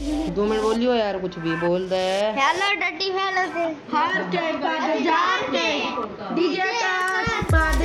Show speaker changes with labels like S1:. S1: दो मिनट बोलियो यार कुछ भी बोल दे
S2: हेलो डटी हेलो से हार जाएगा